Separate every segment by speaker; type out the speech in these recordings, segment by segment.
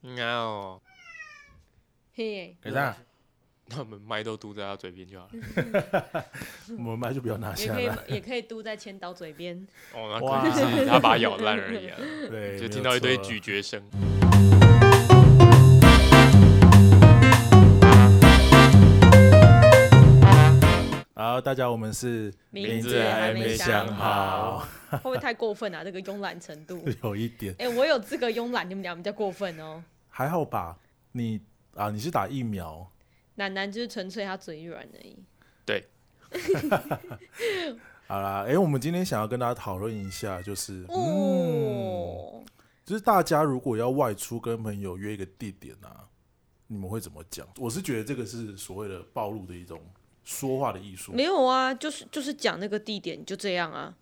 Speaker 1: 喵，
Speaker 2: 嘿，
Speaker 3: 给蛋，
Speaker 1: 那我们麦都嘟在他嘴边就好了。
Speaker 2: 嗯
Speaker 3: 我们麦就不要拿
Speaker 2: 也
Speaker 3: 下
Speaker 2: 可以
Speaker 3: 来。
Speaker 2: 也可以嘟在千岛嘴 边。
Speaker 1: 哦，
Speaker 3: 哇
Speaker 1: 那可能是他把它咬烂而已 啊，
Speaker 3: 对，
Speaker 1: 就
Speaker 3: 没
Speaker 1: 听
Speaker 3: 有
Speaker 1: 到一堆
Speaker 3: 错
Speaker 1: 咀嚼声。
Speaker 3: 好，大家，我们是
Speaker 2: 名
Speaker 1: 字还没想好，
Speaker 2: 会不会太过分啊？这个慵懒程度。
Speaker 3: 有一点
Speaker 2: 哎、我有资格慵懒，你们俩比较过分哦。
Speaker 3: 还好吧？你啊，你是打疫苗，
Speaker 2: 楠楠就是纯粹他嘴软而已。
Speaker 1: 对，
Speaker 3: 好啦，诶，我们今天想要跟大家讨论一下，就是，
Speaker 1: 嗯
Speaker 3: 嗯，
Speaker 2: 哦，
Speaker 3: 就是大家如果要外出跟朋友约一个地点啊，你们会怎么讲？我是觉得这个是所谓的暴露的一种说话的艺术
Speaker 2: 没，有啊，就是就是讲那个地点就这样啊。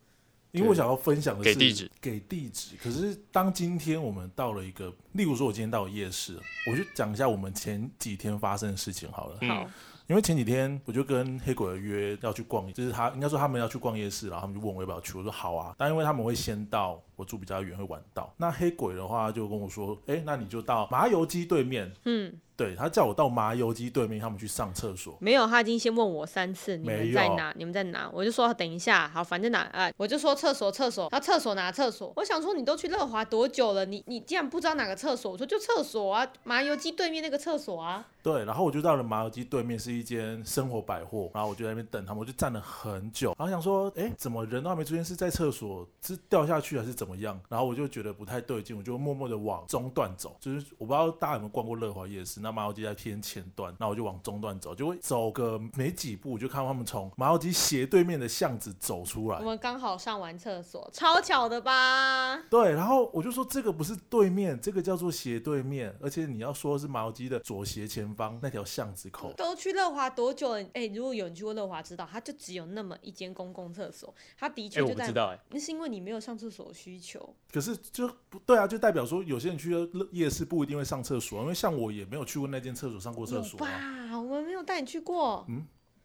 Speaker 3: 因为我想要分享的是
Speaker 1: 给地址，
Speaker 3: 给地址。可是当今天我们到了一个，例如说，我今天到了夜市，我就讲一下我们前几天发生的事情好了。
Speaker 1: 嗯
Speaker 2: 好，
Speaker 3: 因为前几天我就跟黑鬼约要去逛，就是他应该说他们要去逛夜市，然后他们就问我要不要去，我说好啊。但因为他们会先到，我住比较远会晚到。那黑鬼的话就跟我说，哎，那你就到麻油鸡对面，
Speaker 2: 嗯，
Speaker 3: 对他叫我到麻油鸡对面，他们去上厕所。
Speaker 2: 没有，他已经先问我三次，你
Speaker 3: 没
Speaker 2: 们
Speaker 3: 有
Speaker 2: 在哪？你们在哪？我就说等一下，好，反正哪啊、我就说厕所厕所，他厕所哪厕所？我想说你都去乐华多久了？你你竟然不知道哪个厕所？我说就厕所啊，麻油鸡对面那个厕所啊。
Speaker 3: 对，然后我就到了麻油鸡对面是一间生活百货，然后我就在那边等他们，我就站了很久，然后想说，哎，怎么人都还没出现？是在厕所是掉下去还是怎么样？然后我就觉得不太对劲，我就默默的往中段走，就是我不知道大家有没有逛过乐华夜市，那麻油鸡在偏前端，那我就往中段走，就会走个没几步，我就看到他们从麻油鸡斜对面的巷子走出来
Speaker 2: 我。们刚好上完厕所，超巧的吧？
Speaker 3: 对，然后我就说这个不是对面，这个叫做斜对面，而且你要说是麻油鸡的左斜前方那条巷子口，
Speaker 2: 都去乐华多久了？哎、如果有人去过乐华，知道它就只有那么一间公共厕所，它的确
Speaker 1: 哎，我
Speaker 2: 就
Speaker 1: 不
Speaker 2: 在。
Speaker 1: 知道哎，
Speaker 2: 那是因为你没有上厕所的需求。
Speaker 3: 可是就不对啊，就代表说有些人去夜市不一定会上厕所啊，因为像我也没有去过那间厕所上过厕
Speaker 2: 有
Speaker 3: 所、啊。嗯
Speaker 2: 吧？我们没有带你去过，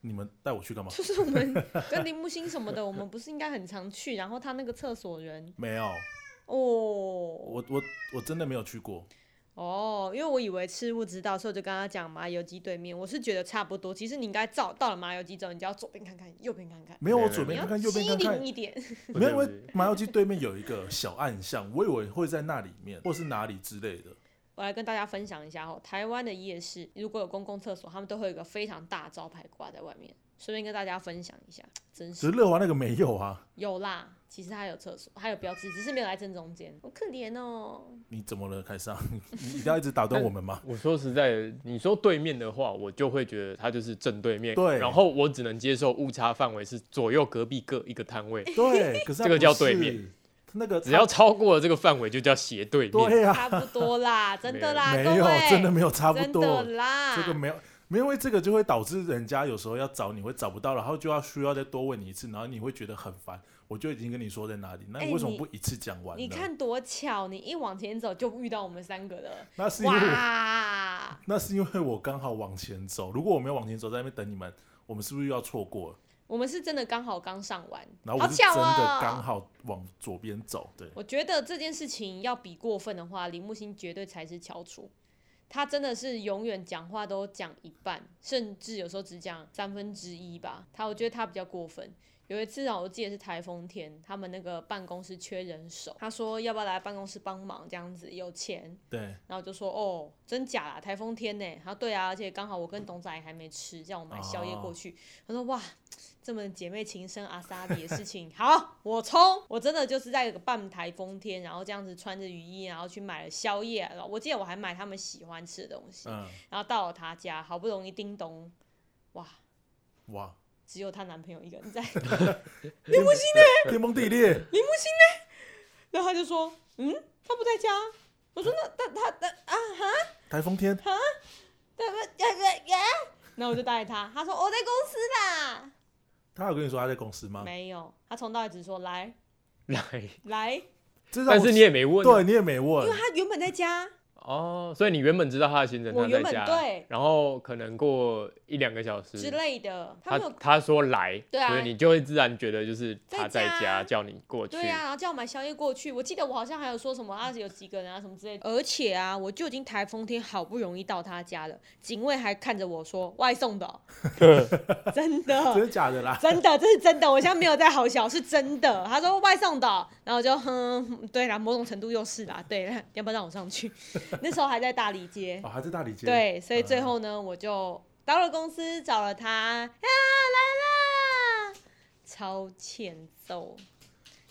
Speaker 3: 你们带我去干嘛？
Speaker 2: 就是我们跟林木星什么 的，我们不是应该很常去？然后他那个厕所人，
Speaker 3: 没有，
Speaker 2: 哦
Speaker 3: 我我我真的没有去过。
Speaker 2: 哦，因为我以为吃不知道，所以我就跟他讲麻油鸡对面，我是觉得差不多。其实你应该照到了麻油鸡之后，你就要左边看看，右边看看，
Speaker 3: 没有，
Speaker 1: 没
Speaker 3: 我
Speaker 1: 有
Speaker 3: 左
Speaker 1: 没
Speaker 2: 你
Speaker 3: 边
Speaker 2: 要
Speaker 3: 嗯看看，右边看
Speaker 2: 机灵
Speaker 3: 看，
Speaker 2: 一点。
Speaker 3: 没有，因
Speaker 1: 不是
Speaker 3: 为麻油鸡对面有一个小暗巷，我以为会在那里面，或是哪里之类的。
Speaker 2: 我来跟大家分享一下哦，台湾的夜市如果有公共厕所，他们都会有一个非常大的招牌挂在外面，顺便跟大家分享一下，真
Speaker 3: 只
Speaker 2: 是
Speaker 3: 是乐华那个没有啊，
Speaker 2: 有啦。其实它有厕所，它有标志，只是没有在正中间，好可怜 哦。
Speaker 3: 你怎么了，凯撒？你你一定要一直打断我 们吗？
Speaker 1: 我说实在的，你说对面的话，我就会觉得它就是正对面。
Speaker 3: 对
Speaker 1: 然后我只能接受误差范围是左右隔壁各一个摊位，
Speaker 2: 哎
Speaker 3: 对，可是它
Speaker 1: 这个叫
Speaker 3: 不是
Speaker 1: 对面，
Speaker 3: 那个
Speaker 1: 只要超过了这个范围就叫斜对面。
Speaker 3: 对呀、
Speaker 2: 差不多啦，真的啦，
Speaker 3: 没
Speaker 2: 啊各
Speaker 3: 有，
Speaker 2: 位，
Speaker 3: 真的没有差不
Speaker 2: 真
Speaker 3: 多
Speaker 2: 的，啦，
Speaker 3: 这个没有，没有因为这个就会导致人家有时候要找你会找不到，然后就要需要再多问你一次，然后你会觉得很烦。我就已经跟你说在哪里，那
Speaker 2: 哎
Speaker 3: 你为什么
Speaker 2: 你
Speaker 3: 不一次讲完呢？
Speaker 2: 你看多巧，你一往前走就遇到我们三个了，
Speaker 3: 那是因为我
Speaker 2: 哇！
Speaker 3: 那是因为我刚好往前走，如果我没有往前走，在那边等你们，我们是不是又要错过了？
Speaker 2: 我们是真的刚好刚上完，
Speaker 3: 然后
Speaker 2: 好
Speaker 3: 我是真
Speaker 2: 巧
Speaker 3: 的
Speaker 2: 哦。
Speaker 3: 刚好往左边走，对，
Speaker 2: 我觉得这件事情要比过分的话，林木星绝对才是翘楚。他真的是永远讲话都讲一半，甚至有时候只讲三分之一吧。他我觉得他比较过分。有一次啊，我记得是台风天，他们那个办公室缺人手，他说要不要来办公室帮忙这样子，有钱。
Speaker 3: 对，
Speaker 2: 然后我就说哦，真假啦，台风天呢。他说对啊，而且刚好我跟董仔还没吃，叫我买宵夜过去。他说哇，这么姐妹情深阿莎比的事情，好，我冲！我真的就是在一个半台风天，然后这样子穿着雨衣，然后去买了宵夜。然后我记得我还买他们喜欢吃的东西。
Speaker 3: 嗯，
Speaker 2: 然后到了他家，好不容易叮咚，哇，
Speaker 3: 哇，
Speaker 2: 只有她男朋友一个人在。
Speaker 3: 天崩
Speaker 2: 欸
Speaker 3: 天崩地裂，
Speaker 2: 然后他就说，嗯，他不在家。我说那那他那啊哈。
Speaker 3: 台风天，
Speaker 2: 对不对？呀，然后我就带他，他说我在公司啦，
Speaker 3: 他有跟你说他在公司吗？
Speaker 2: 没有，他从头到尾只说来
Speaker 1: 来，
Speaker 2: 来，
Speaker 3: 这让
Speaker 1: 但
Speaker 3: 我
Speaker 1: 是你也没问啊。
Speaker 3: 对你也没问
Speaker 2: 因为，他原本在家，
Speaker 1: 哦，所以你原本知道他的行程，
Speaker 2: 我
Speaker 1: 他在
Speaker 2: 原本
Speaker 1: 家，
Speaker 2: 对
Speaker 1: 然后可能过一两个小时
Speaker 2: 之类的，
Speaker 1: 嗯
Speaker 2: 他
Speaker 1: 他
Speaker 2: 没有
Speaker 1: 他说来，
Speaker 2: 对啊
Speaker 1: 所以你就会自然觉得就是
Speaker 2: 在
Speaker 1: 他在
Speaker 2: 家
Speaker 1: 家叫你过去，
Speaker 2: 对啊，然后叫我买宵夜过去。我记得我好像还有说什么啊，有几个人啊什么之类的。而且啊，我就已经台风天好不容易到他家了，警卫还看着我说外送的哦、真
Speaker 3: 真
Speaker 2: 的。
Speaker 3: 的假的啦？
Speaker 2: 真的，这是真的，我现在没有在好笑，是真的。他说外送的哦，然后我就哼，对啦，某种程度又是啦，对啦，要不要让我上去？那时候还在大理街，
Speaker 3: 哦，还是大理街。，
Speaker 2: 对，所以最后呢，我就到了公司找了他啊，来啦，超欠揍，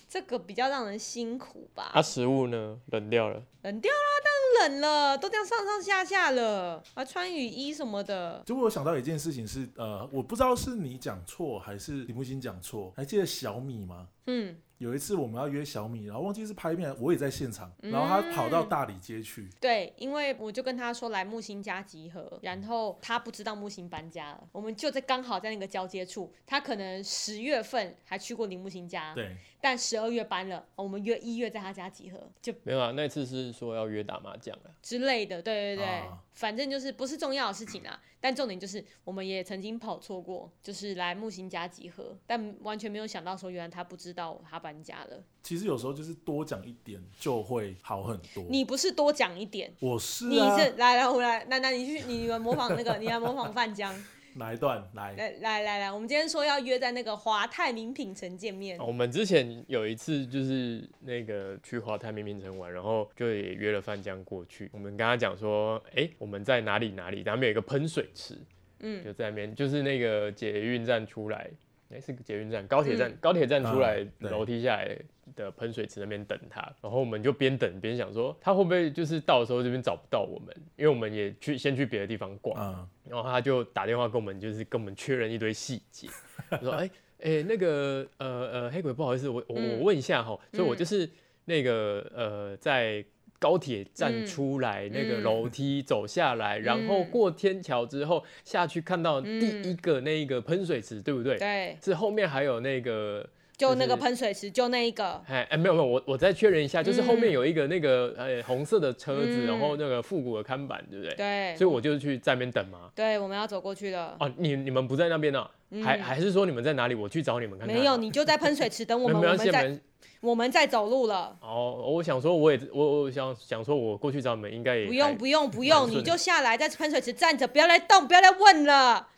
Speaker 2: 这个比较让人辛苦吧
Speaker 1: 他、？啊食物呢冷掉了，
Speaker 2: 冷掉啦，当然冷了，都这样上上下下了，啊，穿雨衣什么的，
Speaker 3: 结果我想到一件事情是，呃，我不知道是你讲错还是李木星讲错，还记得小米吗？
Speaker 2: 嗯，
Speaker 3: 有一次我们要约小米，然后忘记是拍片，我也在现场，
Speaker 2: 嗯
Speaker 3: 然后他跑到大理街去，
Speaker 2: 对，因为我就跟他说来木星家集合，然后他不知道木星搬家了，我们就在刚好在那个交接处，他可能十月份还去过林木星家，
Speaker 3: 对，
Speaker 2: 但十二月搬了，我们约一月在他家集合，就
Speaker 1: 没有啊，那次是说要约打麻将啊了，
Speaker 2: 之类的，对对对，
Speaker 3: 啊
Speaker 2: 反正就是不是重要的事情啊。但重点就是，我们也曾经跑错过，就是来木星家集合，但完全没有想到说，原来他不知道他搬家
Speaker 1: 哦
Speaker 2: 了。
Speaker 3: 其实有时候就是多讲一点就会好很多。
Speaker 2: 你不是多讲一点，
Speaker 3: 我是
Speaker 2: 你
Speaker 3: 啊，
Speaker 2: 是来来，我来，那那你去，你们模仿那个，你来模仿范江，
Speaker 3: 哪一段来？
Speaker 2: 来来来来，我们今天说要约在那个华泰名品城见面，
Speaker 1: 我们之前有一次就是那个去华泰明明城玩，然后就也约了范江过去。我们跟他讲说，哎、我们在哪里哪里，他们有一个喷水池，
Speaker 2: 嗯
Speaker 1: 就在那边，就是那个捷运站出来，哎、是捷运站，高铁站，高铁站出来
Speaker 3: 嗯对
Speaker 1: 楼、梯下来的喷水池那边等他。然后我们就边等边想说，他会不会就是到的时候这边找不到我们，因为我们也去先去别的地方逛。
Speaker 3: 嗯，
Speaker 1: 然后他就打电话跟我们，就是跟我们确认一堆细 节，他说：“哎、哎、那个呃呃，黑鬼不好意思，我我
Speaker 2: 嗯
Speaker 1: 我问一下哈，所以我
Speaker 2: 嗯
Speaker 1: 就是那个呃，在高铁站
Speaker 2: 嗯
Speaker 1: 出来，那个
Speaker 2: 嗯
Speaker 1: 楼梯走下来，然后
Speaker 2: 嗯
Speaker 1: 过天桥之后下去看到第一
Speaker 2: 嗯
Speaker 1: 个那个喷水池，对不对？
Speaker 2: 对，
Speaker 1: 是后面还有那个。”
Speaker 2: 就那
Speaker 1: 就是
Speaker 2: 个喷水池，就那一个，
Speaker 1: 哎哎，没有没有，我我再确认一下，就是后面
Speaker 2: 嗯
Speaker 1: 有一个那个呃红色的车子，然
Speaker 2: 嗯
Speaker 1: 后那个复古的看板，对不对？
Speaker 2: 对
Speaker 1: 所，以我就去在那边等嘛。
Speaker 2: 对，我们要走过去了。
Speaker 1: 哦，你你们不在那边呢、啊？还
Speaker 2: 嗯
Speaker 1: 还是说你们在哪里？我去找你们看看。
Speaker 2: 没有，你就在喷水池等我
Speaker 1: 没有，
Speaker 2: 们，
Speaker 1: 啊没有，
Speaker 2: 我们
Speaker 1: 现
Speaker 2: 在
Speaker 1: 门
Speaker 2: 我们在走路了。
Speaker 1: 哦。我想说，我也我我想想说，我过去找你们应该也
Speaker 2: 不用
Speaker 1: 还
Speaker 2: 不用不
Speaker 1: 蛮
Speaker 2: 用，
Speaker 1: 顺
Speaker 2: 你
Speaker 1: 的
Speaker 2: 就下来在喷水池站着，不要来动，不要来问了。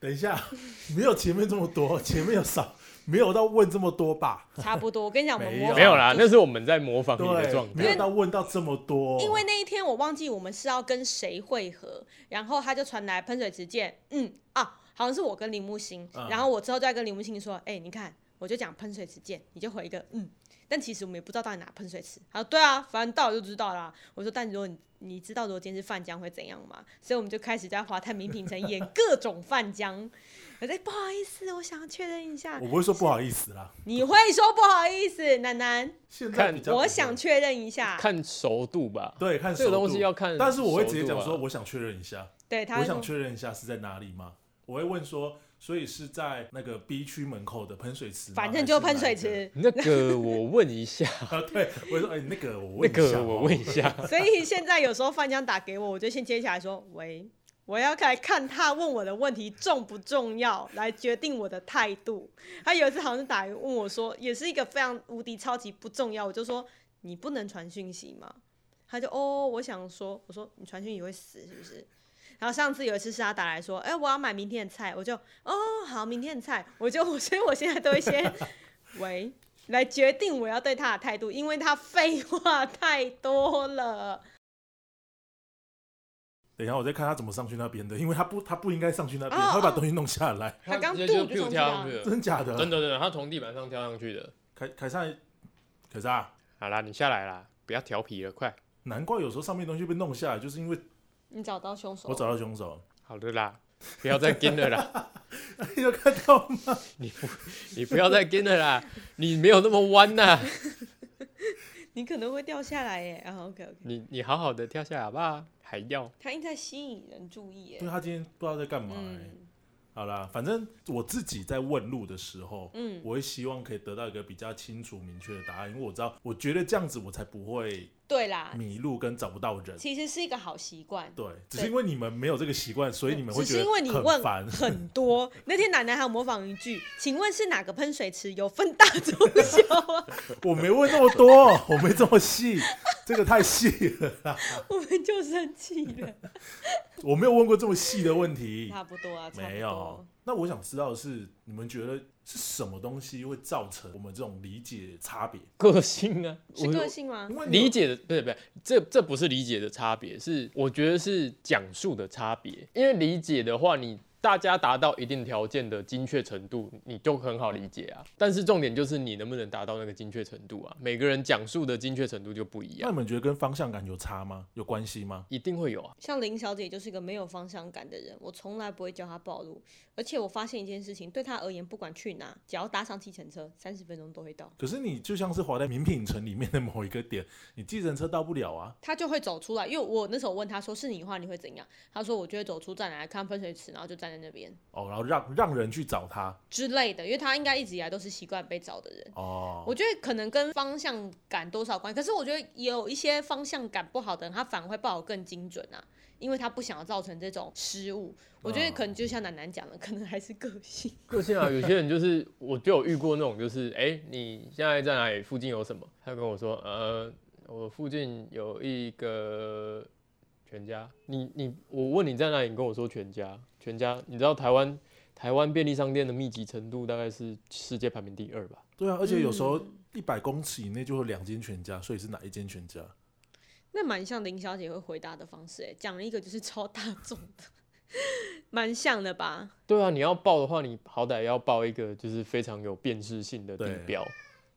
Speaker 3: 等一下， 没有前面这么多， 前面有少，没有到问这么多吧？
Speaker 2: 差不多，我跟你讲，我们
Speaker 3: 没
Speaker 2: 模仿
Speaker 1: 没有啦，
Speaker 2: 就
Speaker 1: 那
Speaker 2: 是
Speaker 1: 是我们在模仿你的
Speaker 3: 对
Speaker 1: 状，
Speaker 3: 没有
Speaker 1: 态。
Speaker 3: 到问到这么多，
Speaker 2: 因为那一天我忘记我们是要跟谁会合，然后他就传来喷水池见，嗯啊，好像是我跟林木星，
Speaker 3: 嗯
Speaker 2: 然后我之后再跟林木星说，哎、你看，我就讲喷水池见，你就回一个嗯，但其实我们也不知道到底哪喷水池。他说对啊，反正到了就知道啦。我说，但如果你你知道如果今天是范江会怎样吗？所以我们就开始在华泰名品城演各种范江。 我说不好意思，我想要确认一下
Speaker 3: 我，不会说不好意思啦。
Speaker 2: 你会说不好意思，楠楠，
Speaker 3: 现在
Speaker 1: 看
Speaker 3: 比较不
Speaker 2: 我
Speaker 3: 会
Speaker 2: 想确认一下。
Speaker 1: 看熟度吧。
Speaker 3: 对看
Speaker 1: 这个
Speaker 3: 熟
Speaker 1: 东西
Speaker 3: 度
Speaker 1: 要看
Speaker 3: 但是我会直接
Speaker 1: 熟度
Speaker 3: 讲
Speaker 1: 啊
Speaker 3: 说，我想确认一下，
Speaker 2: 对他
Speaker 3: 我
Speaker 2: 会
Speaker 3: 想
Speaker 2: 说，
Speaker 3: 确认一下是在哪里吗？我会问说，所以是在那个 B 区门口的喷水池吗，
Speaker 2: 反正就
Speaker 3: 还
Speaker 2: 喷
Speaker 3: 是哪
Speaker 2: 水
Speaker 3: 一个。
Speaker 2: 池。
Speaker 1: 那个我问一下，
Speaker 3: 啊，对，我说，哎，那个我
Speaker 1: 那
Speaker 3: 问一下哦
Speaker 1: 个
Speaker 3: 好不好，
Speaker 1: 我问一下。
Speaker 2: 所以现在有时候范江打给我，我就先接起来说：“喂，我要来看他问我的问题重不重要，来决定我的态度。”他有一次好像是打来问我说，也是一个非常无敌超级不重要，我就说：“你不能传讯息吗？”他就哦，我想说，我说你传讯息会死是不是？然后上次有一次是他打来说，哎、我要买明天的菜，我就哦好，明天的菜，我就我所以我现在都会先喂来决定我要对他的态度，因为他废话太多了。
Speaker 3: 等一下，我再看他怎么上去那边的，因为他不，他不应该上去那边，
Speaker 2: 哦
Speaker 3: 他会把
Speaker 2: 哦
Speaker 3: 东西弄下来，
Speaker 2: 他刚
Speaker 1: 直
Speaker 2: 肚
Speaker 1: 接
Speaker 2: 子
Speaker 1: 就
Speaker 2: 上去
Speaker 1: 跳
Speaker 2: 了
Speaker 1: 上去了，
Speaker 3: 真假的？
Speaker 1: 真的真的，他从地板上跳上去的。
Speaker 3: 凯凯撒，凯撒，
Speaker 1: 好啦，你下来啦，不要调皮了，快。
Speaker 3: 难怪有时候上面东西被弄下来，就是因为
Speaker 2: 你找到凶手
Speaker 3: 我
Speaker 2: 了，
Speaker 3: 找到凶
Speaker 2: 哦
Speaker 3: 手，
Speaker 1: 好的啦，不要再跟了 啦。
Speaker 3: 你有看到吗？
Speaker 1: 你不，你不要再跟了啦，你没有那么弯呐、
Speaker 2: 你可能会掉下来耶。啊，OK OK，
Speaker 1: 你你好好的跳下来好不好？还要
Speaker 2: 他应该吸引人注意
Speaker 3: 因为
Speaker 2: 耶。
Speaker 3: 他今天不知道在干嘛、欸。
Speaker 2: 嗯
Speaker 3: 好啦，反正我自己在问路的时候，
Speaker 2: 嗯，
Speaker 3: 我会希望可以得到一个比较清楚明确的答案，因为我知道，我觉得这样子我才不会
Speaker 2: 对啦，
Speaker 3: 迷路跟找不到人。
Speaker 2: 其实是一个好习惯。
Speaker 3: 对，只是因为你们没有这个习惯，所以你们会
Speaker 2: 只
Speaker 3: 觉
Speaker 2: 是因为你
Speaker 3: 得很烦
Speaker 2: 问。很多， 那天奶奶还有模仿一句：“请问是哪个喷水池有分大中小啊
Speaker 3: 我没问那么多，我没这么细，这个太细了，？”
Speaker 2: 我们就生气了，
Speaker 3: 我没有问过这么细的问题。
Speaker 2: 差不多啊，差
Speaker 3: 没
Speaker 2: 不
Speaker 3: 有
Speaker 2: 多。。
Speaker 3: 那我想知道的是，你们觉得是什么东西会造成我们这种理解差别？
Speaker 1: 个性啊，
Speaker 2: 是
Speaker 1: 我
Speaker 2: 个性吗
Speaker 3: 因？为你有
Speaker 1: 理解的不是不是，这这不是理解的差别，是我觉得是讲述的差别。因为理解的话，你大家达到一定条件的精确程度，你就很好理解啊。但是重点就是你能不能达到那个精确程度啊？每个人讲述的精确程度就不一
Speaker 3: 那
Speaker 1: 样，
Speaker 3: 你们觉得跟方向感有差吗？有关系吗？
Speaker 1: 一定会有啊。
Speaker 2: 像林小姐就是一个没有方向感的人，我从来不会叫她暴露。而且我发现一件事情，对她而言，不管去哪，只要搭上计程车，三十分钟都会到。
Speaker 3: 可是你就像是滑在名品城里面的某一个点，你计程车到不了啊。
Speaker 2: 她就会走出来，因为我那时候问她说：“是你的话，你会怎样？”她说：“我就会走出站来看喷水池，然后就站在那边
Speaker 3: 哦，然后让让人去找他
Speaker 2: 之类的。”因为她应该一直以来都是习惯被找的人。
Speaker 3: 哦，
Speaker 2: 我觉得可能跟方向感多少关，可是我觉得也有一些方向感不好的人，他反而会报得更精准啊，因为他不想要造成这种失误。我觉得
Speaker 3: 哦
Speaker 2: 可能就像楠楠讲的，可能还是个性。
Speaker 1: 个性啊，有些人就是我就有遇过那种，就是哎、你现在在哪里？附近有什么？他跟我说，呃，我附近有一个全家。你你我问你在哪里，你跟我说全家。全家，你知道台湾台湾便利商店的密集程度大概是世界排名第二吧？
Speaker 3: 对啊，而且有时
Speaker 2: 嗯
Speaker 3: 候一百公尺以内就会有两间全家，所以是哪一间全家？
Speaker 2: 那蛮像林小姐会回答的方式、欸，讲了一个就是超大众的， 蛮像的吧？
Speaker 1: 对啊，你要报的话，你好歹要报一个就是非常有辨识性的地
Speaker 3: 对
Speaker 1: 标。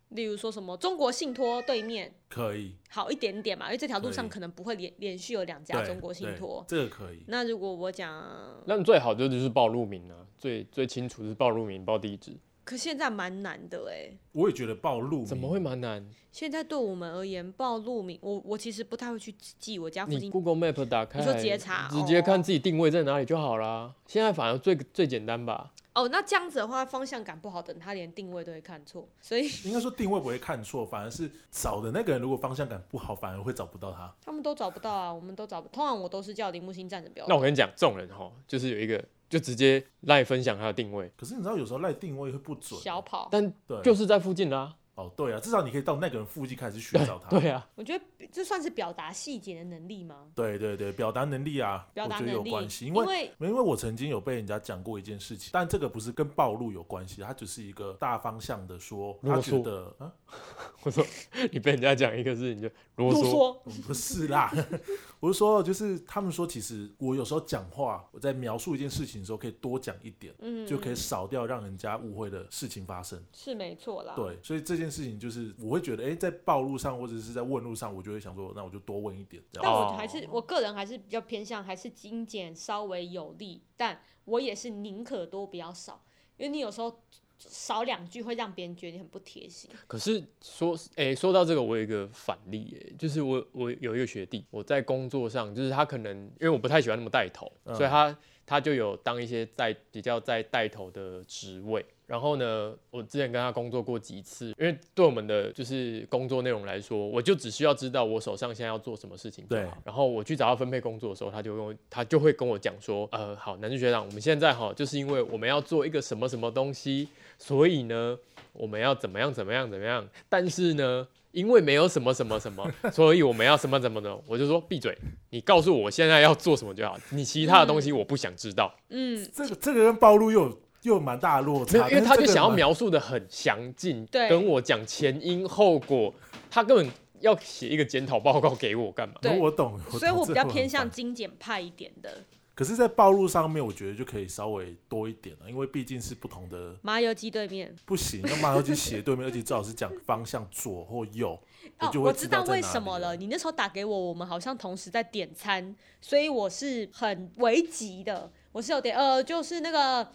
Speaker 2: 例如说什么中国信托对面
Speaker 3: 可以，
Speaker 2: 好一点点嘛，因为这条路上
Speaker 3: 对
Speaker 2: 可能不会连连续有两家
Speaker 3: 对，
Speaker 2: 中国信
Speaker 3: 对
Speaker 2: 托。
Speaker 3: 这个可以。
Speaker 2: 那如果我讲，
Speaker 1: 那你最好就就是报路名啊，最最清楚是报路名、报地址，
Speaker 2: 可现在蛮难的哎、
Speaker 3: 我也觉得暴露
Speaker 1: 怎么会蛮难？
Speaker 2: 现在对我们而言，报路名，我我其实不太会去记我啊家附
Speaker 1: 你
Speaker 2: 近。
Speaker 1: Google Map 打开，
Speaker 2: 你说截查
Speaker 1: 直接看
Speaker 2: 哦
Speaker 1: 自己定位在哪里就好啦。现在反而最最简单吧？
Speaker 2: 哦，那这样子的话，方向感不好的人，他连定位都会看错，所以
Speaker 3: 应该说定位不会看错，反而是找的那个人如果方向感不好，反而会找不到他。
Speaker 2: 他们都找不到啊，我们都找不。通常我都是叫铃木星站着标
Speaker 1: 那。我跟你讲，这种人哈，就是有一个就直接赖分享他的定位，
Speaker 3: 可是你知道有时候赖定位会不准，
Speaker 2: 小跑，
Speaker 1: 但
Speaker 3: 对，
Speaker 1: 就是在附近啦。
Speaker 3: 哦对啊，至少你可以到那个人附近开始寻找他。
Speaker 1: 对啊，
Speaker 2: 我觉得这算是表达细节的能力吗？
Speaker 3: 对对对，表达能力啊，
Speaker 2: 表达
Speaker 3: 我觉得有
Speaker 2: 能力，
Speaker 3: 关系，因
Speaker 2: 因
Speaker 3: 为因为我曾经有被人家讲过一件事情，但这个不是跟暴露有关系，它只是一个大方向的说，他
Speaker 1: 啰
Speaker 3: 觉
Speaker 1: 嗦
Speaker 3: 得啊，
Speaker 1: 我说你被人家讲一个事情就啰
Speaker 2: 啰
Speaker 1: 嗦，
Speaker 2: 嗦，
Speaker 3: 不是啦， 我是说，就是他们说，其实我有时候讲话，我在描述一件事情的时候，可以多讲一点，
Speaker 2: 嗯，
Speaker 3: 就可以
Speaker 2: 嗯
Speaker 3: 少掉让人家误会的事情发生。
Speaker 2: 是没错啦。
Speaker 3: 对，所以这件事情就是我会觉得，哎、在暴露上或者是在问路上，我就会想说，那我就多问一点，这
Speaker 2: 但
Speaker 3: 样。
Speaker 2: 我还是、我个人还是比较偏向还是精简稍微有力，但我也是宁可多不要少，因为你有时候少两句会让别人觉得你很不贴心。
Speaker 1: 可是说，诶、说到这个，我有一个反例、诶，就是我我有一个学弟，我在工作上，就是他可能因为我不太喜欢那么带头，
Speaker 3: 嗯
Speaker 1: 所以他他就有当一些在比较在带头的职位。然后呢，我之前跟他工作过几次，因为对我们的就是工作内容来说，我就只需要知道我手上现在要做什么事情就
Speaker 3: 对
Speaker 1: 好。然后我去找他分配工作的时候，他就跟我，他就会跟我讲说，呃，好，南俊学长，我们现在哈，就是因为我们要做一个什么什么东西，所以呢，我们要怎么样怎么样怎么样，但是呢，因为没有什么什么什么，所以我们要什么怎么的，我就说闭嘴，你告诉我现在要做什么就好，你其他的东西我不想知道，
Speaker 2: 嗯，
Speaker 3: 这个这个跟暴露又有又有蛮大的落
Speaker 1: 没
Speaker 3: 差，
Speaker 1: 有，因为
Speaker 3: 但是
Speaker 1: 他就
Speaker 3: 这个
Speaker 1: 想要
Speaker 3: 蛮
Speaker 1: 描述的很详尽，
Speaker 2: 对
Speaker 1: 跟我讲前因后果，他根本要写一个检讨报告给我干嘛？
Speaker 2: 对
Speaker 3: 我懂，懂
Speaker 2: 所以我比较偏。
Speaker 3: 这个我很
Speaker 2: 向
Speaker 3: 烦
Speaker 2: 精简派一点的。
Speaker 3: 可是，在暴露上面，我觉得就可以稍微多一点了，啊因为毕竟是不同的，
Speaker 2: 麻油鸡对面
Speaker 3: 不行，那马上去斜对面，而且最好是讲方向左或右，
Speaker 2: 哦，
Speaker 3: 就
Speaker 2: 我
Speaker 3: 会
Speaker 2: 知
Speaker 3: 道
Speaker 2: 道
Speaker 3: 在
Speaker 2: 为
Speaker 3: 哪
Speaker 2: 什么
Speaker 3: 里
Speaker 2: 了。。你那时候打给我，我们好像同时在点餐，所以我是很危急的。我是有点呃，就是那个，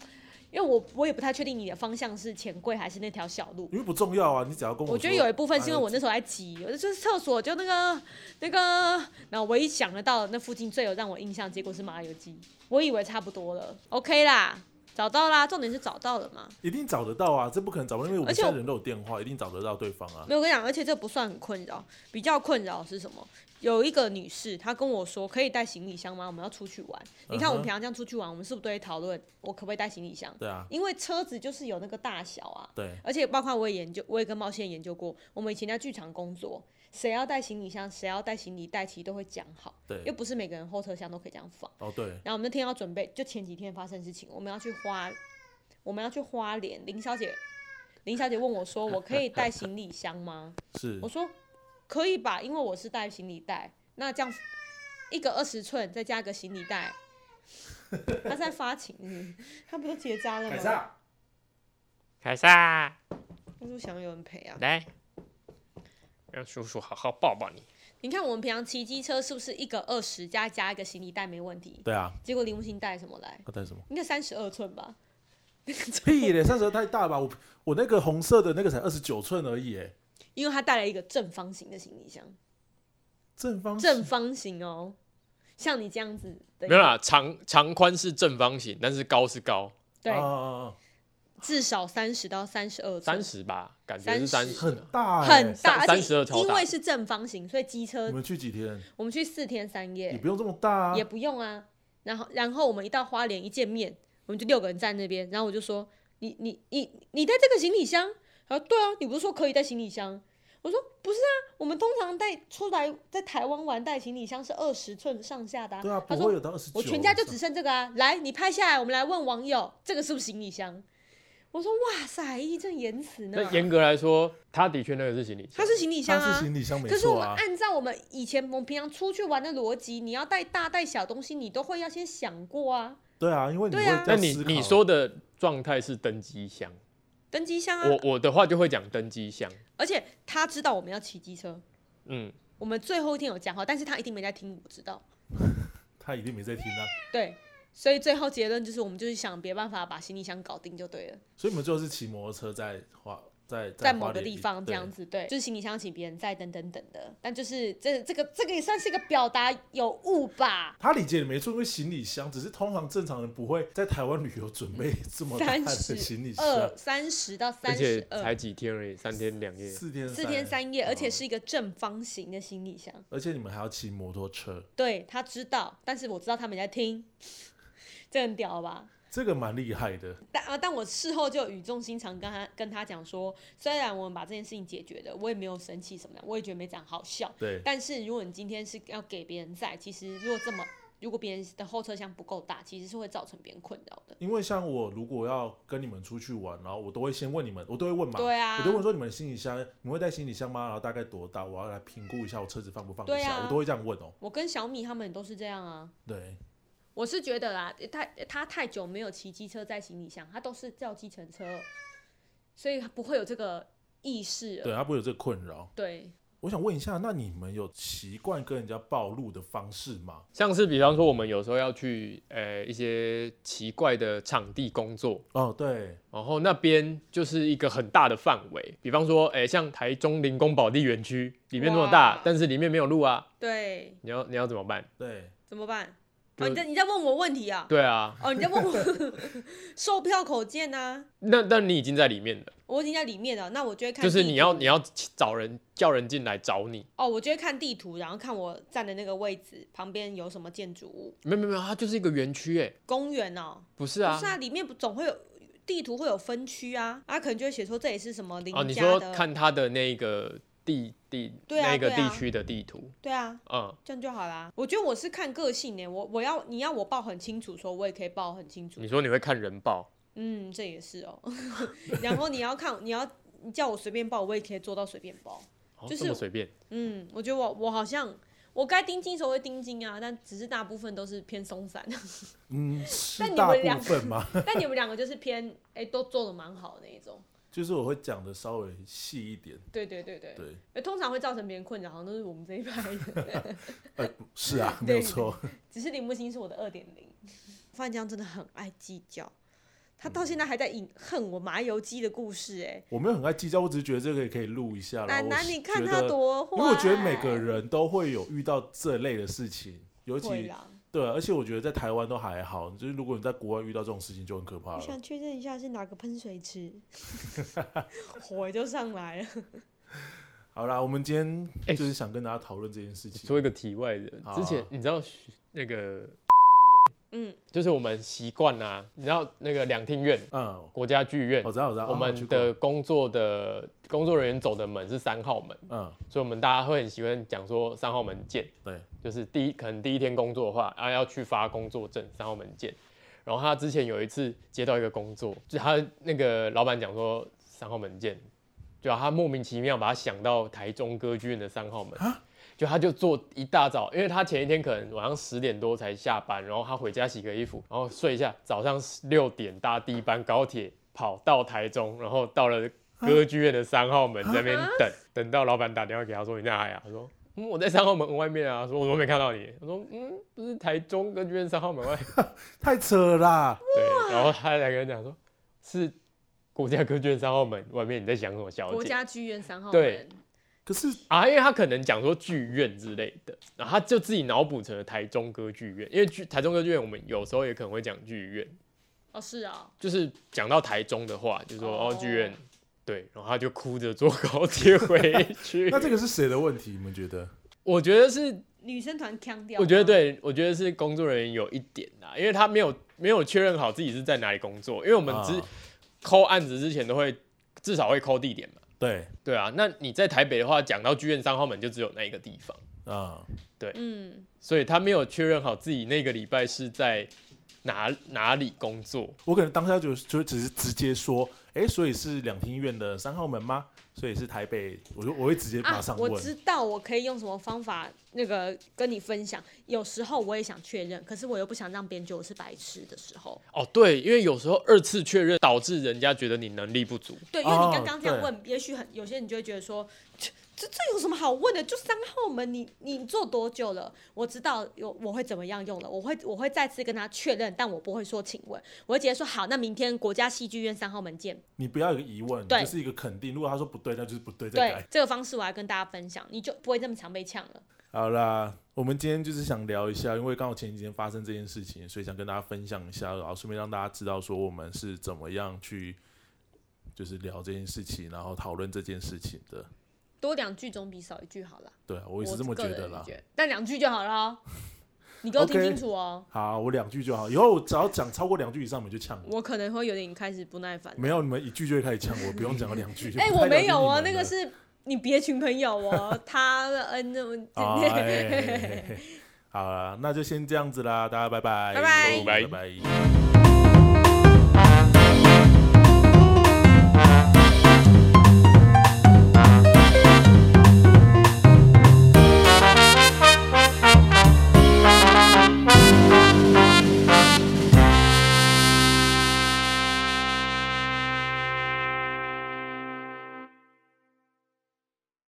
Speaker 2: 因为我我也不太确定你的方向是钱柜还是那条小路。
Speaker 3: 因为不重要啊，你只要跟
Speaker 2: 我
Speaker 3: 我
Speaker 2: 觉
Speaker 3: 说
Speaker 2: 得有一部分是因为我
Speaker 3: 哎
Speaker 2: 那时候在急，我就是厕所就那个那个，然后我一想得到那附近最有让我印象，结果是麻油鸡，我以为差不多了，OK 啦，找到啦，重点是找到了嘛。
Speaker 3: 一定找得到啊，这不可能找不到，因为我
Speaker 2: 而
Speaker 3: 们
Speaker 2: 且
Speaker 3: 现
Speaker 2: 我
Speaker 3: 在人都有电话，一定找得到对方啊。
Speaker 2: 没有，我跟你讲，而且这不算很困扰，比较困扰是什么？有一个女士，她跟我说可以带行李箱吗？我们要出去玩。你看我
Speaker 3: 嗯
Speaker 2: 们
Speaker 3: 哼
Speaker 2: 平常这样出去玩，我们是不是都会讨论我可不可以带行李箱？
Speaker 3: 对啊，
Speaker 2: 因为车子就是有那个大小啊，
Speaker 3: 对，
Speaker 2: 而且包括我也研究，我也跟茂宪研究过，我们以前在剧场工作，谁要带行李箱，谁要带行李袋，其实都会讲好，又
Speaker 3: 对，
Speaker 2: 不是每个人后车厢都可以这样放。
Speaker 3: 哦对，
Speaker 2: 然后我们那天要准备，就前几天发生的事情，我们要去花，我们要去花莲。林小姐，林小姐问我说：“我可以带行李箱吗
Speaker 3: 是？”
Speaker 2: 我说：“可以吧，因为我是带行李袋。那这样一个二十寸，再加一个行李袋。”他在发情，嗯他不都结扎了吗？
Speaker 3: 撒，
Speaker 1: 凯撒，
Speaker 2: 我就想有人陪啊。
Speaker 1: 来，让叔叔好好抱抱你。
Speaker 2: 你看我们平常骑机车是不是一个二十加加一个行李袋没问题？
Speaker 3: 对啊，
Speaker 2: 结果林木星带什么来？
Speaker 3: 要带什 么？
Speaker 2: 应该三十二寸吧？
Speaker 3: 屁嘞，三十二太大了吧？我我那个红色的那个才二十九寸而已，哎，
Speaker 2: 因为他带了一个正方形的行李箱。
Speaker 3: 正方
Speaker 2: 正方形哦，像你这样子的，
Speaker 1: 没有啦，长长宽是正方形，但是高是高，
Speaker 2: 对，
Speaker 3: 啊啊啊啊
Speaker 2: 至少三十到三十二
Speaker 1: 三
Speaker 2: 寸，
Speaker 1: 十吧，感觉是三
Speaker 2: 30
Speaker 1: 十
Speaker 3: 很。大哎，
Speaker 2: 很大，
Speaker 1: 三
Speaker 2: 而且
Speaker 1: 32超大
Speaker 2: 因为是正方形，所以机车
Speaker 3: 你们去几天？
Speaker 2: 我们去四天三
Speaker 3: 也
Speaker 2: 夜
Speaker 3: 不用这么大啊
Speaker 2: 也，不用啊，然后然后我们一到花莲一见面，我们就六个人站那边，然后我就说你你你你带这个行李箱，然后对啊，你不是说可以带行李箱？我说不是啊，我们通常带出来在台湾玩带行李箱是二十寸上下的、
Speaker 3: 对啊，
Speaker 2: 他
Speaker 3: 不
Speaker 2: 说
Speaker 3: 会有到二十九。
Speaker 2: 我全家就只剩这个啊！来，你拍下来，我们来问网友，这个是不是行李箱？我说哇塞，义正言辞呢
Speaker 1: 那。严格来说，他的确那个是行李箱
Speaker 2: 它。是行李箱
Speaker 3: 它是
Speaker 2: 啊，
Speaker 3: 行李箱没
Speaker 2: 可是我
Speaker 3: 错
Speaker 2: 们
Speaker 3: 啊，
Speaker 2: 按照我们以前我们平常出去玩的逻辑，你要带大带小东西，你都会要先想过啊，
Speaker 3: 对啊，因为你会
Speaker 2: 对啊
Speaker 3: 这
Speaker 1: 那
Speaker 3: 样
Speaker 1: 你
Speaker 3: 思考
Speaker 1: 你说的状态是登机箱，
Speaker 2: 登机箱啊。
Speaker 1: 我我的话就会讲登机箱。
Speaker 2: 而且他知道我们要骑机车，
Speaker 1: 嗯，
Speaker 2: 我们最后一天有讲好，但是他一定没在听，我知道。
Speaker 3: 他一定没在听啊，
Speaker 2: 对，所以最后结论就是，我们就是想别办法把行李箱搞定就对了。
Speaker 3: 所以你们最后是骑摩托车在花在
Speaker 2: 在
Speaker 3: 花
Speaker 2: 某个
Speaker 3: 莲
Speaker 2: 地方这
Speaker 3: 对
Speaker 2: 样子，对，就是行李箱请别人载等等等的，但就是这这个这个也算是一个表达有误吧，
Speaker 3: 他理解的没错，因为行李箱只是通常正常人不会在台湾旅游准备这么大
Speaker 2: 嗯三
Speaker 3: 的行李
Speaker 2: 十
Speaker 3: 箱，
Speaker 2: 二三十到
Speaker 1: 而
Speaker 2: 三
Speaker 1: 且
Speaker 2: 十
Speaker 1: 才
Speaker 2: 二，
Speaker 1: 几天而已，三天两夜。
Speaker 3: 四天
Speaker 2: 四天三夜，而且
Speaker 3: 哦
Speaker 2: 是一个正方形的行李箱，
Speaker 3: 而且你们还要骑摩托车，
Speaker 2: 对他知道，但是我知道他们在听， 这很屌吧？
Speaker 3: 这个蛮厉害的。
Speaker 2: 但啊，但我事后就语重心长跟他跟他讲说，虽然我们把这件事情解决了，我也没有生气什么的，我也觉得没讲好笑，
Speaker 3: 对，
Speaker 2: 但是如果你今天是要给别人载，其实如果这么，如果别人的后车厢不够大，其实是会造成别人困扰的。
Speaker 3: 因为像我如果要跟你们出去玩，然后我都会先问你们，我都会问嘛，
Speaker 2: 对啊
Speaker 3: 我都会问说你们的行李箱，你们会带行李箱吗？然后大概多大？我要来评估一下我车子放不放得
Speaker 2: 对
Speaker 3: 下，
Speaker 2: 啊
Speaker 3: 我都会这样问哦、
Speaker 2: 我跟小米他们都是这样啊。
Speaker 3: 对，
Speaker 2: 我是觉得啦，他他太久没有骑机车载行李箱，他都是叫计程车，所以他不会有这个意识了。
Speaker 3: 对，他啊不会有这个困扰。
Speaker 2: 对，
Speaker 3: 我想问一下，那你们有习惯跟人家暴露的方式吗？
Speaker 1: 像是比方说，我们有时候要去呃一些奇怪的场地工作，
Speaker 3: 哦，对，
Speaker 1: 然后那边就是一个很大的范围。比方说，哎、像台中林工保地园区里面那么
Speaker 2: 哇
Speaker 1: 大，但是里面没有路啊，
Speaker 2: 对，
Speaker 1: 你要你要怎么办？
Speaker 3: 对，
Speaker 2: 怎么办？
Speaker 1: 就
Speaker 2: 哦，你在你在问我问题啊？
Speaker 1: 对啊，
Speaker 2: 哦，你在问我 售票口见啊？
Speaker 1: 那但你已经在里面了，
Speaker 2: 我已经在里面了，那我就会看
Speaker 1: 就是
Speaker 2: 地
Speaker 1: 你要
Speaker 2: 图
Speaker 1: 你要找人叫人进来找你。
Speaker 2: 哦，我就会看地图，然后看我站的那个位置旁边有什么建筑物、
Speaker 1: 没有没有没有，它就是一个园区哎，
Speaker 2: 公园哦。
Speaker 1: 不是啊
Speaker 2: 不是。啊，里面不总会有地图会有分区啊，啊，可能就会写说这里是什么邻
Speaker 1: 哦，你
Speaker 2: 家
Speaker 1: 说
Speaker 2: 的，
Speaker 1: 看它的那个地地、
Speaker 2: 对啊
Speaker 1: 那个
Speaker 2: 对
Speaker 1: 地
Speaker 2: 啊
Speaker 1: 区的地图，
Speaker 2: 对啊，
Speaker 1: 嗯，
Speaker 2: 这样就好啦。我觉得我是看个性呢、欸我我要你要我报很清楚说我也可以报很清楚
Speaker 1: 你，说你会看人报，
Speaker 2: 嗯，这也是哦。 然后你要看你要你叫我随便报，我也可以做到随便报。
Speaker 1: 哦，
Speaker 2: 就是
Speaker 1: 这么随便。
Speaker 2: 嗯，我觉得我我好像我该盯紧的时候会盯紧啊，但只是大部分都是偏松散。
Speaker 3: 嗯，是
Speaker 2: 但你
Speaker 3: 大
Speaker 2: 们两
Speaker 3: 部分吗？
Speaker 2: 但你们两个就是偏哎、都做的蛮好的那一种。
Speaker 3: 就是我会讲的稍微细一点，
Speaker 2: 对对对对，
Speaker 3: 对，
Speaker 2: 呃通常会造成别人困扰，好像都是我们这一派 人，
Speaker 3: 是啊，没
Speaker 2: 对
Speaker 3: 有错，
Speaker 2: 只是林木星是我的二点零。范江真的很爱计较，他
Speaker 3: 嗯
Speaker 2: 到现在还在隐恨我麻油鸡的故事、哎、
Speaker 3: 我没有很爱计较，我只是觉得这个也可以录一下。然
Speaker 2: 奶
Speaker 3: 后
Speaker 2: 奶
Speaker 3: 我
Speaker 2: 你看
Speaker 3: 觉
Speaker 2: 他
Speaker 3: 得
Speaker 2: 多坏。
Speaker 3: 因为我觉得每个人都会有遇到这类的事情，尤
Speaker 2: 会
Speaker 3: 其
Speaker 2: 啦，
Speaker 3: 对啊，而且我觉得在台湾都还好，就是如果你在国外遇到这种事情就很可怕
Speaker 2: 我
Speaker 3: 了。
Speaker 2: 想确认一下是哪个喷水 池，火就上来了。
Speaker 3: 好啦，我们今
Speaker 1: 哎
Speaker 3: 天就是想跟大家讨论这件事情。
Speaker 1: 说一个题外的，
Speaker 3: 好啊
Speaker 1: 之前你知道许那个
Speaker 2: 嗯，
Speaker 1: 就是我们习惯啊，你知道那个两厅院、
Speaker 3: 嗯，
Speaker 1: 国家剧院
Speaker 3: 我，知道，我知道，
Speaker 1: 我
Speaker 3: 啊
Speaker 1: 们
Speaker 3: 去过
Speaker 1: 的工作的工作人员走的门是三号门，
Speaker 3: 嗯，
Speaker 1: 所以我们大家会很习惯讲说三号门见。
Speaker 3: 对，
Speaker 1: 就是第一可能第一天工作的话，啊要去发工作证，三号门见。然后他之前有一次接到一个工作，就他那个老板讲说三号门见，就他莫名其妙把他想到台中歌剧院的三号门，就他就坐一大早，因为他前一天可能晚上十点多才下班，然后他回家洗个衣服，然后睡一下，早上六点搭第一班高铁跑到台中，然后到了歌剧院的三号门在那边等，等到老板打电话给他说你在哪里啊？他说。嗯，我在三号门外面啊，说我都没看到你。他说，嗯，不是台中歌剧院三号门外。
Speaker 3: 太扯了啦！
Speaker 1: 对，然后他才跟人讲说，是国家歌剧院三号门外面，你在想什么小
Speaker 2: 国
Speaker 1: 姐？
Speaker 2: 家剧院三号
Speaker 1: 对
Speaker 2: 门，
Speaker 3: 可是
Speaker 1: 啊，因为他可能讲说剧院之类的，然后他就自己脑补成了台中歌剧院，因为剧台中歌剧院我们有时候也可能会讲剧院，
Speaker 2: 哦是啊、
Speaker 1: 就是讲到台中的话，就说哦
Speaker 2: 哦
Speaker 1: 剧院，对，然后他就哭着坐高铁回去
Speaker 3: 那。这个是谁的问题？你们觉得？
Speaker 1: 我觉得是，
Speaker 2: 女生团腔调，
Speaker 1: 我觉得，对，我觉得是工作人员有一点啦，因为他没有没有确认好自己是在哪里工作，因为我
Speaker 3: 我
Speaker 1: 们只抠案子之前都会至少会抠地点嘛。
Speaker 3: 对
Speaker 1: 对啊，那你在台北的话，讲到剧院三号门就只有那一个地方。
Speaker 3: 啊，
Speaker 2: 嗯，
Speaker 1: 所以他没有确认好自己那个礼拜是在哪哪里工作。
Speaker 3: 我可能当下就就只是直接说，哎，所以是两厅院的三号门吗？所以是台北，我就我会直接马
Speaker 2: 啊
Speaker 3: 上，
Speaker 2: 我
Speaker 3: 问。
Speaker 2: 知道我可以用什么方法那个跟你分享。有时候我也想确认，可是我又不想让别人觉得我是白痴的时候。
Speaker 1: 哦，对，因为有时候二次确认导致人家觉得你能力不足。
Speaker 2: 对，因为你
Speaker 3: 哦
Speaker 2: 刚刚这
Speaker 3: 对
Speaker 2: 样问，也许很有些人就会觉得说，这这这有什么好问的？就三号门，你你做多久了？我知道有我会怎么样用了，我会我会再次跟他确认，但我不会说请问，我会直接说好，那明天国家戏剧院三号门见。
Speaker 3: 你不要有个疑问，
Speaker 2: 对
Speaker 3: 就是一个肯定。如果他说不对，那就是不对，再
Speaker 2: 对
Speaker 3: 改。，
Speaker 2: 这个方式我要跟大家分享，你就不会这么常被呛了。
Speaker 3: 好啦，我们今天就是想聊一下，因为刚好前几天发生这件事情，所以想跟大家分享一下，然后顺便让大家知道说我们是怎么样去就是聊这件事情，然后讨论这件事情的。
Speaker 2: 多两句总比少一句好啦。
Speaker 3: 对啊，我也是这么
Speaker 2: 个
Speaker 3: 觉
Speaker 2: 人
Speaker 3: 得
Speaker 2: 理
Speaker 3: 啦。
Speaker 2: 解，但两句就好了哦。你给我听
Speaker 3: OK
Speaker 2: 清楚哦。
Speaker 3: 好，我两句就好，以后我只要讲超过两句以上，你们就呛我。
Speaker 2: 我可能会有点开始不耐烦。
Speaker 3: 没有，你们一句就会开始呛我，不用讲到两句。
Speaker 2: 哎、
Speaker 3: 不太
Speaker 2: 我
Speaker 3: 了解
Speaker 2: 没有
Speaker 3: 你
Speaker 2: 哦，
Speaker 3: 们
Speaker 2: 那个
Speaker 3: 了
Speaker 2: 是你别群朋友哦，他嗯，那 么
Speaker 3: 啊，哎嘿嘿嘿嘿好啦，那就先这样子啦，大家拜拜，
Speaker 2: 拜拜
Speaker 3: 拜拜。